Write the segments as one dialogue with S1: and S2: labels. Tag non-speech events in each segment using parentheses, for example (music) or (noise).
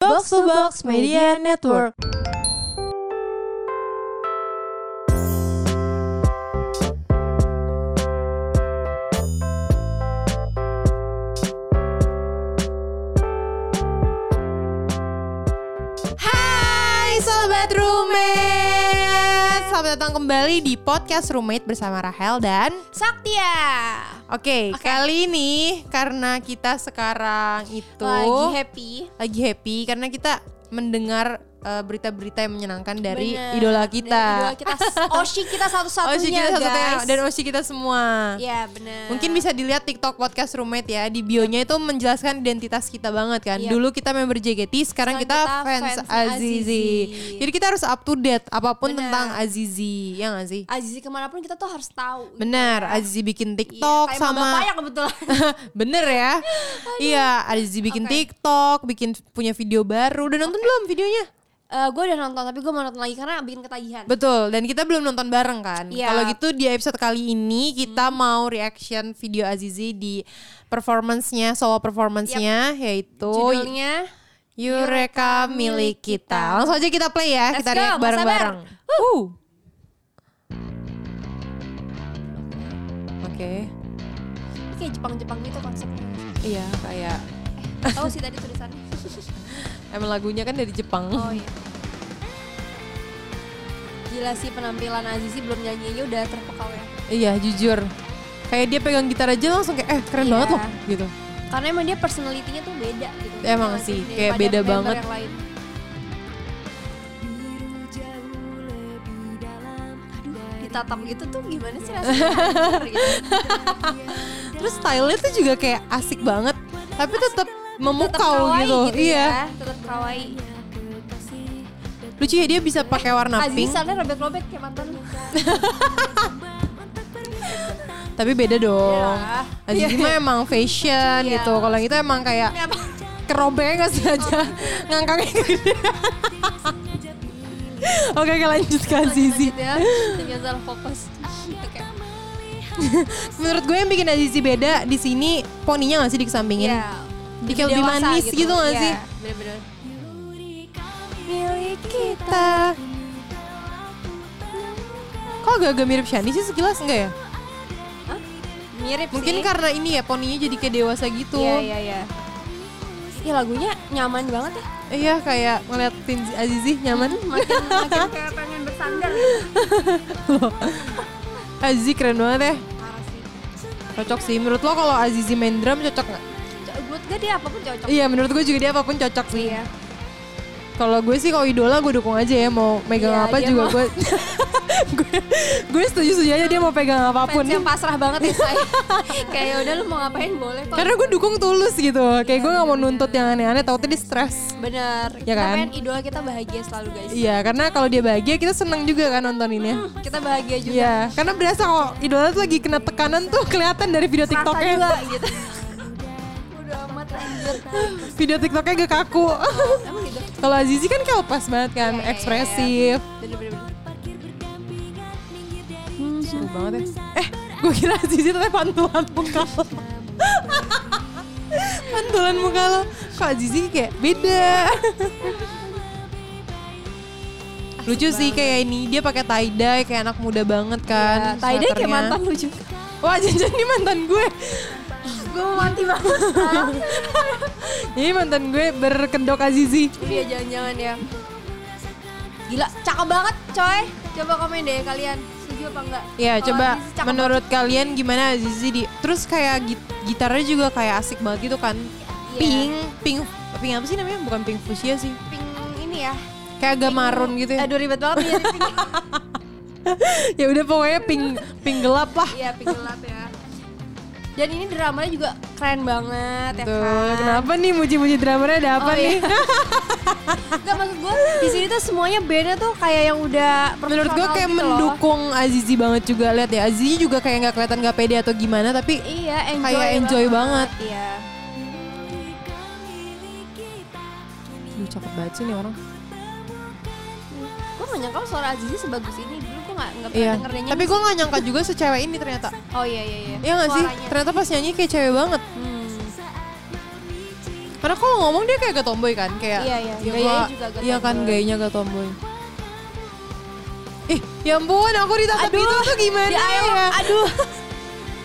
S1: Box to Box Media Network.
S2: Hai Sobat Roommate Selamat datang kembali di podcast Roommate bersama Rahel dan
S3: Saktia.
S2: Oke kali ini karena kita sekarang itu
S3: Lagi happy.
S2: lagi happy karena kita mendengar eh, berita-berita yang menyenangkan dari
S3: Bener.
S2: idola
S3: Dari
S2: kita
S3: idola
S2: (laughs)
S3: kita Oshi kita satu-satunya
S2: Oshi kita satu-satunya,
S3: guys.
S2: dan Oshi kita semua
S3: ya benar.
S2: Mungkin bisa dilihat TikTok podcast roommate ya di bio-nya itu menjelaskan identitas kita banget kan.
S3: Iya.
S2: Dulu kita member JKT, sekarang
S3: Sekarang
S2: kita,
S3: kita
S2: fans,
S3: fans
S2: Azizi.
S3: Azizi.
S2: Jadi kita harus up to date apapun
S3: Benar.
S2: tentang Azizi, ya gak sih?
S3: Azizi kemanapun kita tuh harus tahu.
S2: Benar, Azizi bikin TikTok
S3: iya, kayak
S2: sama
S3: Bapak ya kebetulan. (laughs)
S2: (laughs) Bener ya? Iya, Azizi bikin
S3: Oke.
S2: TikTok, bikin punya video baru. Udah nonton belum videonya?
S3: Eh gue udah nonton tapi gue mau nonton lagi karena bikin ketagihan.
S2: Betul, dan kita belum nonton bareng kan.
S3: Iya. Hmm.
S2: Kalau gitu di episode kali ini kita mau reaction video Azizi di performance-nya, solo performance-nya yaitu
S3: Judulnya
S2: Eureka milik kita. Langsung aja kita play ya,
S3: Let's
S2: kita
S3: go,
S2: react
S3: nggak
S2: bareng-bareng. Uh. Oke.
S3: ini kayak Jepang-Jepang gitu konsepnya.
S2: Iya, kayak
S3: Eh, tahu sih tadi tulisannya.
S2: (laughs) emang lagunya kan dari Jepang.
S3: Oh iya. Gila sih penampilan Azizi belum nyanyi aja udah terpekau ya.
S2: Iya, jujur. Kayak dia pegang gitar aja langsung kayak eh keren
S3: Iya.
S2: banget loh gitu.
S3: Karena emang dia personalitinya tuh beda gitu.
S2: Emang
S3: Ya nggak
S2: sih, kayak
S3: daripada
S2: beda
S3: member
S2: banget.
S3: yang lain. ditatap gitu tuh gimana sih rasanya? Gitu.
S2: Terus style-nya tuh juga kayak asik banget, (laughs) tapi tetap
S3: Tetap
S2: memukau
S3: kawaii
S2: gitu. Iya.
S3: ya, tetap kawaii.
S2: Lucu ya dia bisa pakai warna
S3: Aziz
S2: pink,
S3: sana robek-robek kayak mantan lu.
S2: tapi beda dong.
S3: Iya.
S2: Aziz mah emang fashion
S3: Iya.
S2: gitu. Kalau yang itu emang kayak
S3: Ini apa?
S2: kerobengnya nggak
S3: (laughs)
S2: sengaja ngangkangnya gede. Oke, oke lanjut ke Azizi.
S3: Lanjut ya, dengan salah fokus. Oke.
S2: Menurut gue yang bikin Azizi beda di sini poninya nggak sih dikesampingin?
S3: Iya.
S2: Dia kayak lebih
S3: dewasa
S2: manis gitu nggak
S3: Iya,
S2: sih?
S3: Bener-bener.
S2: Milik kita. Kok agak-agak mirip Shani sih sekilas enggak ya?
S3: Mirip
S2: Mungkin
S3: sih.
S2: karena ini ya poninya jadi kayak dewasa gitu.
S3: Iya, iya, iya. Iya lagunya nyaman banget ya.
S2: Iya, kayak ngeliatin Azizi nyaman.
S3: Makin makin kayak pengen bersandar gitu.
S2: (laughs) Azizi keren banget ya.
S3: Parah sih.
S2: Cocok sih. Menurut lo kalau Azizi main drum cocok nggak?
S3: Co- Buat gue dia apapun cocok.
S2: Iya, menurut gue juga dia apapun cocok sih. Kalau gue sih kalau idola gue dukung aja ya mau megang
S3: Iya,
S2: apa
S3: dia
S2: juga
S3: mau-
S2: gue. (laughs) gue gue setuju setuju aja dia mau pegang apapun.
S3: Fans yang pasrah banget ya (laughs) saya. kayak udah lu mau ngapain boleh kok.
S2: Karena gue dukung tulus gitu.
S3: Iya,
S2: Kayak gue nggak mau nuntut yang aneh-aneh. Tahu tadi stres.
S3: Bener.
S2: Ya
S3: kita
S2: kan?
S3: pengen idola kita bahagia selalu guys.
S2: Iya, karena kalau dia bahagia kita seneng juga kan nontoninnya.
S3: Kita bahagia juga.
S2: Iya, karena berasa kok idola tuh lagi kena tekanan tuh kelihatan dari video
S3: Serasa
S2: TikToknya.
S3: juga gitu. Udah amat lanjut.
S2: Video TikToknya agak kaku. (laughs)
S3: Emang gitu.
S2: Kalau Azizi kan kayak lepas banget kan,
S3: Iya, iya, iya.
S2: ekspresif.
S3: Bener-bener.
S2: Seru banget ya. Eh, gue kira Azizi ternyata pantulan muka
S3: (laughs)
S2: lo. pantulan muka lo. Kok Azizi kayak beda. Lucu sih kayak ini, dia pakai tie dye kayak anak muda banget kan.
S3: Tadi dia Iya, kayak
S2: sweaternya.
S3: mantan lu juga.
S2: Wah, janjian ini mantan gue.
S3: Gue mau mati banget.
S2: Ini mantan gue berkedok Azizi.
S3: Iya jangan-jangan ya. Gila, cakep banget coy. Coba komen deh kalian. Setuju apa enggak?
S2: Ya
S3: Kalau
S2: coba
S3: Oh, Azizi cakep
S2: menurut kalian gimana Azizi di terus kayak git- gitarnya juga kayak asik banget gitu kan.
S3: Iya.
S2: Pink, pink, pink apa sih namanya? Bukan pink fuchsia sih.
S3: banget. pink ini ya.
S2: Kayak agak marun gitu ya.
S3: Aduh ribet banget nih jadi pink.
S2: (laughs) ya udah pokoknya pink pink gelap lah.
S3: Iya, pink gelap ya. Dan ini dramanya juga keren banget ya
S2: Tuh,
S3: kan.
S2: kenapa nih muji-muji dramanya ada apa
S3: Oh,
S2: nih?
S3: iya. Enggak maksud gue di sini tuh semuanya bandnya tuh kayak yang udah
S2: (laughs) Menurut gue
S3: profesional
S2: kayak
S3: gitu loh.
S2: mendukung Azizi banget juga lihat ya. Azizi juga kayak nggak kelihatan nggak pede atau gimana tapi
S3: Iya, enjoy.
S2: Kayak enjoy banget.
S3: Iya. Iya.
S2: Duh, cakep banget sih nih orang.
S3: Gue gak nyangka suara Azizi sebagus ini. Dulu gue gak, nggak pernah
S2: Iya.
S3: denger dia nyanyi.
S2: Tapi gue nggak nyangka juga secewek ini
S3: (laughs)
S2: ternyata.
S3: Oh iya iya iya.
S2: Iya nggak sih?
S3: Suaranya.
S2: Ternyata pas nyanyi kayak cewek banget.
S3: Hmm.
S2: Karena Karena kalau ngomong dia kayak agak tomboy kan, kayak
S3: Iya, iya.
S2: ya
S3: Gayanya
S2: Kak,
S3: juga agak
S2: Iya kan
S3: tomboy.
S2: gayanya agak tomboy. Ih, ya ampun aku ditangkap
S3: Aduh,
S2: itu tuh gimana
S3: di
S2: ya?
S3: air, aduh.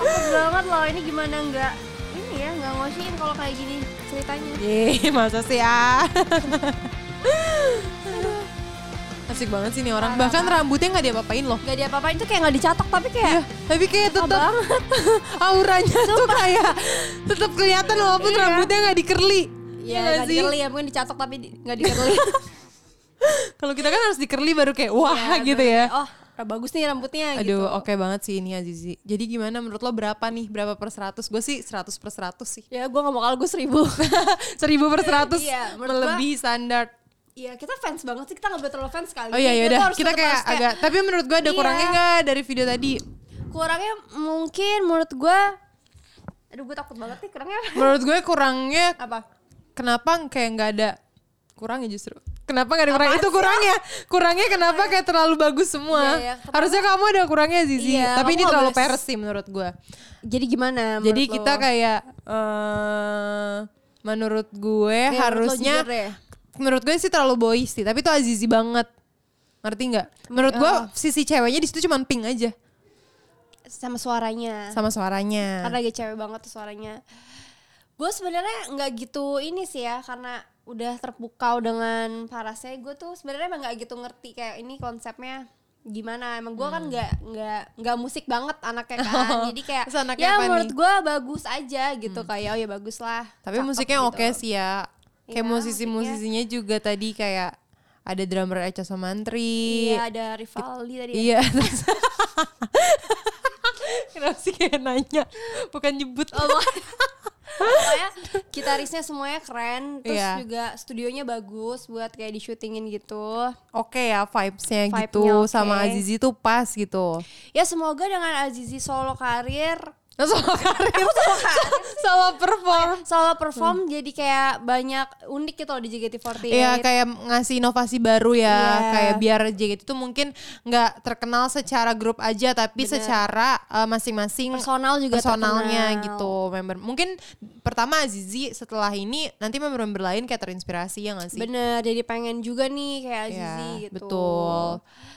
S3: Takut banget loh ini gimana nggak ini ya nggak ngosiin kalau kayak gini ceritanya.
S2: Ih, masa sih
S3: (laughs)
S2: ya? Asik banget sih nih orang.
S3: Parah,
S2: Bahkan rambutnya nggak diapa-apain loh.
S3: Gak diapa-apain tuh kayak nggak dicatok tapi kayak ya,
S2: Tapi kayak tetap (laughs) auranya tuh kayak tetap kelihatan walaupun
S3: Iya.
S2: rambutnya nggak dikerli.
S3: ya
S2: iya nggak
S3: nggak
S2: sih?
S3: dikerli ya mungkin dicatok tapi di- nggak dikerli.
S2: Kalau kita kan harus dikerli baru kayak (laughs) wah gitu ya.
S3: bener. Oh bagus nih rambutnya gitu.
S2: Aduh, oke banget sih ini Azizi. Jadi gimana menurut lo berapa nih? Berapa per 100? Gue sih 100 per 100 sih. (laughs)
S3: Ya gue gak mau kalah gue seribu.
S2: 1000
S3: (laughs)
S2: per 100
S3: Iya, menurut gua-
S2: melebihi standar.
S3: Iya kita fans banget sih kita gak boleh terlalu fans kali.
S2: Oh iya ya
S3: Jadi tuh
S2: udah,
S3: harus
S2: kita
S3: tetap
S2: kayak
S3: harus kayak-
S2: agak tapi menurut gue ada
S3: Iya.
S2: kurangnya nggak dari video tadi?
S3: kurangnya mungkin menurut gue. Aduh gue takut banget nih kurangnya. (laughs) apa?
S2: Menurut gue kurangnya
S3: Apa?
S2: kenapa kayak nggak ada kurangnya justru. Kenapa nggak ada kurangnya? Itu kurangnya. Kurangnya kenapa kayak terlalu bagus semua.
S3: Iya, iya. Kenapa?
S2: Harusnya kamu ada kurangnya Zizi. Tapi
S3: Iya, kamu
S2: ini
S3: nggak
S2: terlalu
S3: bagus.
S2: peres sih menurut gue.
S3: Jadi gimana?
S2: Jadi
S3: menurut
S2: kita
S3: lo?
S2: kayak eh menurut gue
S3: Kayak menurut lo
S2: harusnya
S3: jujur deh.
S2: menurut gue sih terlalu boy sih, tapi itu Azizi banget. Ngerti nggak? Menurut gue
S3: Iya.
S2: sisi ceweknya di situ cuman pink aja
S3: sama suaranya.
S2: sama suaranya.
S3: Ah. karena dia cewek banget tuh suaranya gue sebenarnya nggak gitu ini sih ya karena udah terpukau dengan parasnya gue tuh sebenarnya emang nggak gitu ngerti kayak ini konsepnya gimana emang gue
S2: Hmm.
S3: kan nggak nggak nggak musik banget anaknya
S2: (laughs)
S3: kan jadi kayak
S2: Oh, Terus anaknya
S3: ya
S2: apa
S3: menurut
S2: nih? Hmm.
S3: gue bagus aja gitu kayak oh ya bagus lah
S2: Tapi
S3: cakep
S2: musiknya
S3: gitu.
S2: oke sih ya. Kayak
S3: Iya,
S2: musisi-musisinya juga tadi kayak ada drummer Echa Somantri.
S3: iya ada Rivaldi tadi ya.
S2: Iya. terus- (laughs) Kenapa sih kayak nanya? Bukan nyebut.
S3: Oh, pokoknya- pokoknya gitarisnya semuanya keren terus
S2: Iya.
S3: juga studionya bagus buat kayak di syutingin gitu
S2: Oke ya vibes-nya
S3: Vibe-nya
S2: gitu sama
S3: oke.
S2: Azizi tuh pas gitu.
S3: ya semoga dengan Azizi solo
S2: (laughs)
S3: karir
S2: Nah, sama karir sama perform
S3: (laughs) solo perform jadi kayak banyak unik gitu loh di JKT48
S2: Iya kayak ngasih inovasi baru ya
S3: Iya.
S2: kayak biar JKT itu mungkin nggak terkenal secara grup aja tapi secara uh, masing-masing
S3: personal juga
S2: personalnya
S3: terkenal.
S2: gitu member mungkin pertama Azizi setelah ini nanti member-member lain kayak terinspirasi ya nggak sih
S3: bener jadi pengen juga nih kayak Azizi
S2: Iya,
S3: gitu
S2: betul.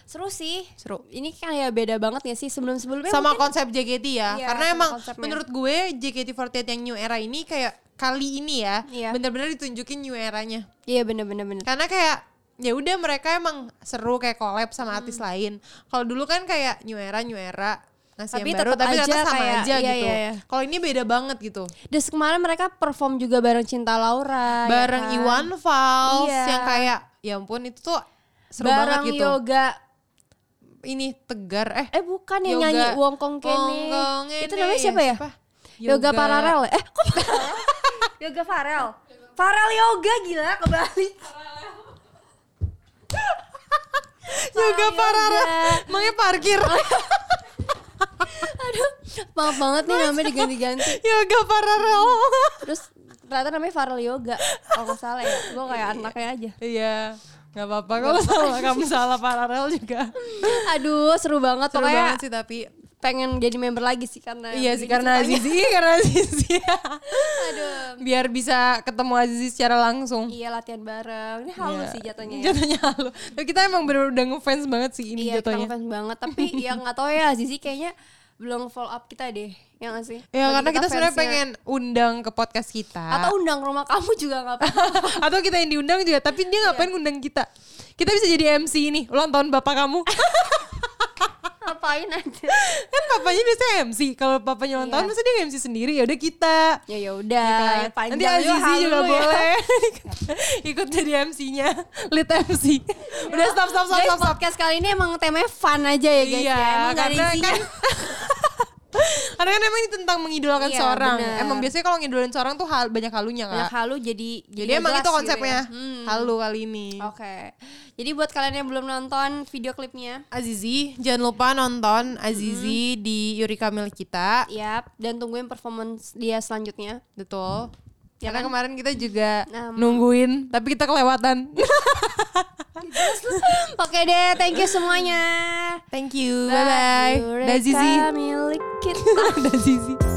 S3: seru sih
S2: Seru.
S3: ini kayak beda banget ya sih sebelum sebelumnya
S2: sama konsep JKT ya
S3: Iya,
S2: karena
S3: sama
S2: emang
S3: konsepnya.
S2: menurut gue JKT48 yang new era ini kayak kali ini ya
S3: Iya.
S2: bener-bener ditunjukin new eranya
S3: iya bener bener bener
S2: karena kayak ya udah mereka emang seru kayak collab sama artis
S3: Hmm.
S2: lain kalau dulu kan kayak new era new era ngasih
S3: Tapi
S2: yang baru
S3: tetep
S2: tapi ternyata
S3: aja
S2: sama
S3: kayak-
S2: aja
S3: iya,
S2: gitu
S3: iya, iya.
S2: kalau ini beda banget gitu
S3: dan kemarin mereka perform juga bareng Cinta Laura ya
S2: bareng
S3: kan?
S2: Iwan Fals
S3: Iya.
S2: yang kayak ya ampun itu tuh seru
S3: bareng
S2: banget gitu
S3: Yoga
S2: ini tegar eh
S3: eh bukan yang
S2: Yoga.
S3: nyanyi Wongkong Kene
S2: Wongkong
S3: itu
S2: Kene,
S3: namanya
S2: ya,
S3: siapa ya
S2: siapa?
S3: Yoga,
S2: Yoga.
S3: Paralel ya? eh kok Paralel?
S2: (laughs)
S3: Yoga Farel Farel Yoga gila kebalik
S2: juga
S3: Ah, Yoga. Oh, iya.
S2: parara emangnya parkir (laughs)
S3: Aduh, maaf banget nih namanya diganti-ganti.
S2: Yoga pararel (laughs)
S3: Terus ternyata namanya Farel Yoga. Kalau nggak salah ya, gue kayak anaknya aja.
S2: iya nggak apa-apa kalau salah kamu salah pararel juga
S3: Aduh, seru banget.
S2: seru
S3: Pokoknya
S2: banget sih tapi
S3: pengen jadi member lagi sih karena.
S2: iya sih
S3: begini
S2: karena
S3: ceritanya.
S2: Azizi (laughs) karena Azizi
S3: Aduh.
S2: biar bisa ketemu Azizi secara langsung. Iya.
S3: Iya latihan bareng. Ini halu sih jatuhnya. Ya.
S2: Jatuhnya halu. Tapi kita emang bener udah ngefans banget sih ini
S3: Iya, kita
S2: jatuhnya.
S3: ngefans banget. Tapi
S2: (laughs)
S3: yang nggak tahu ya, Zizi kayaknya belum follow up kita deh. Ya nggak sih?
S2: Ya
S3: Bagi
S2: karena kita, sebenarnya
S3: fansnya.
S2: pengen undang ke podcast kita.
S3: Atau undang ke rumah kamu juga nggak apa-apa.
S2: (laughs) Atau kita yang diundang juga, tapi
S3: Iya.
S2: dia ngapain ngundang kita? Kita bisa jadi MC ini, ulang tahun bapak
S3: (laughs)
S2: kamu.
S3: Ngapain aja?
S2: kan papanya biasanya MC. Kalau papanya ulang
S3: Iya.
S2: tahun masa dia nge-MC sendiri, ya udah kita.
S3: Ya ya udah.
S2: Ya, Nanti Azizi juga
S3: ya. (laughs)
S2: boleh (laughs) ikut jadi MC-nya, lead MC. (laughs) Udah stop stop stop
S3: Guys,
S2: stop stop.
S3: podcast kali ini emang temanya fun aja ya guys
S2: Iya,
S3: ya. Emang gak ada
S2: karena
S3: isinya.
S2: kan- (laughs) Karena kan emang ini tentang mengidolakan
S3: Iya,
S2: seorang.
S3: bener.
S2: Emang biasanya kalau ngidolain seorang tuh hal, Iya, banyak halunya
S3: Banyak
S2: kak.
S3: halu jadi
S2: Nah. Jadi
S3: gak
S2: emang
S3: jelas
S2: itu
S3: gitu
S2: konsepnya
S3: ya. Hmm.
S2: halu kali ini.
S3: Oke. Jadi buat kalian yang belum nonton video klipnya,
S2: Azizi, jangan lupa nonton Azizi di Yurika Milik kita.
S3: yap dan tungguin performance dia selanjutnya.
S2: Betul. Karena kemarin kita juga
S3: Um.
S2: nungguin, tapi kita (laughs) kelewatan.
S3: Oke deh, thank you semuanya.
S2: Thank you. Bye bye. Dah Azizi.
S3: Mereka milik kita.
S2: Dah Azizi.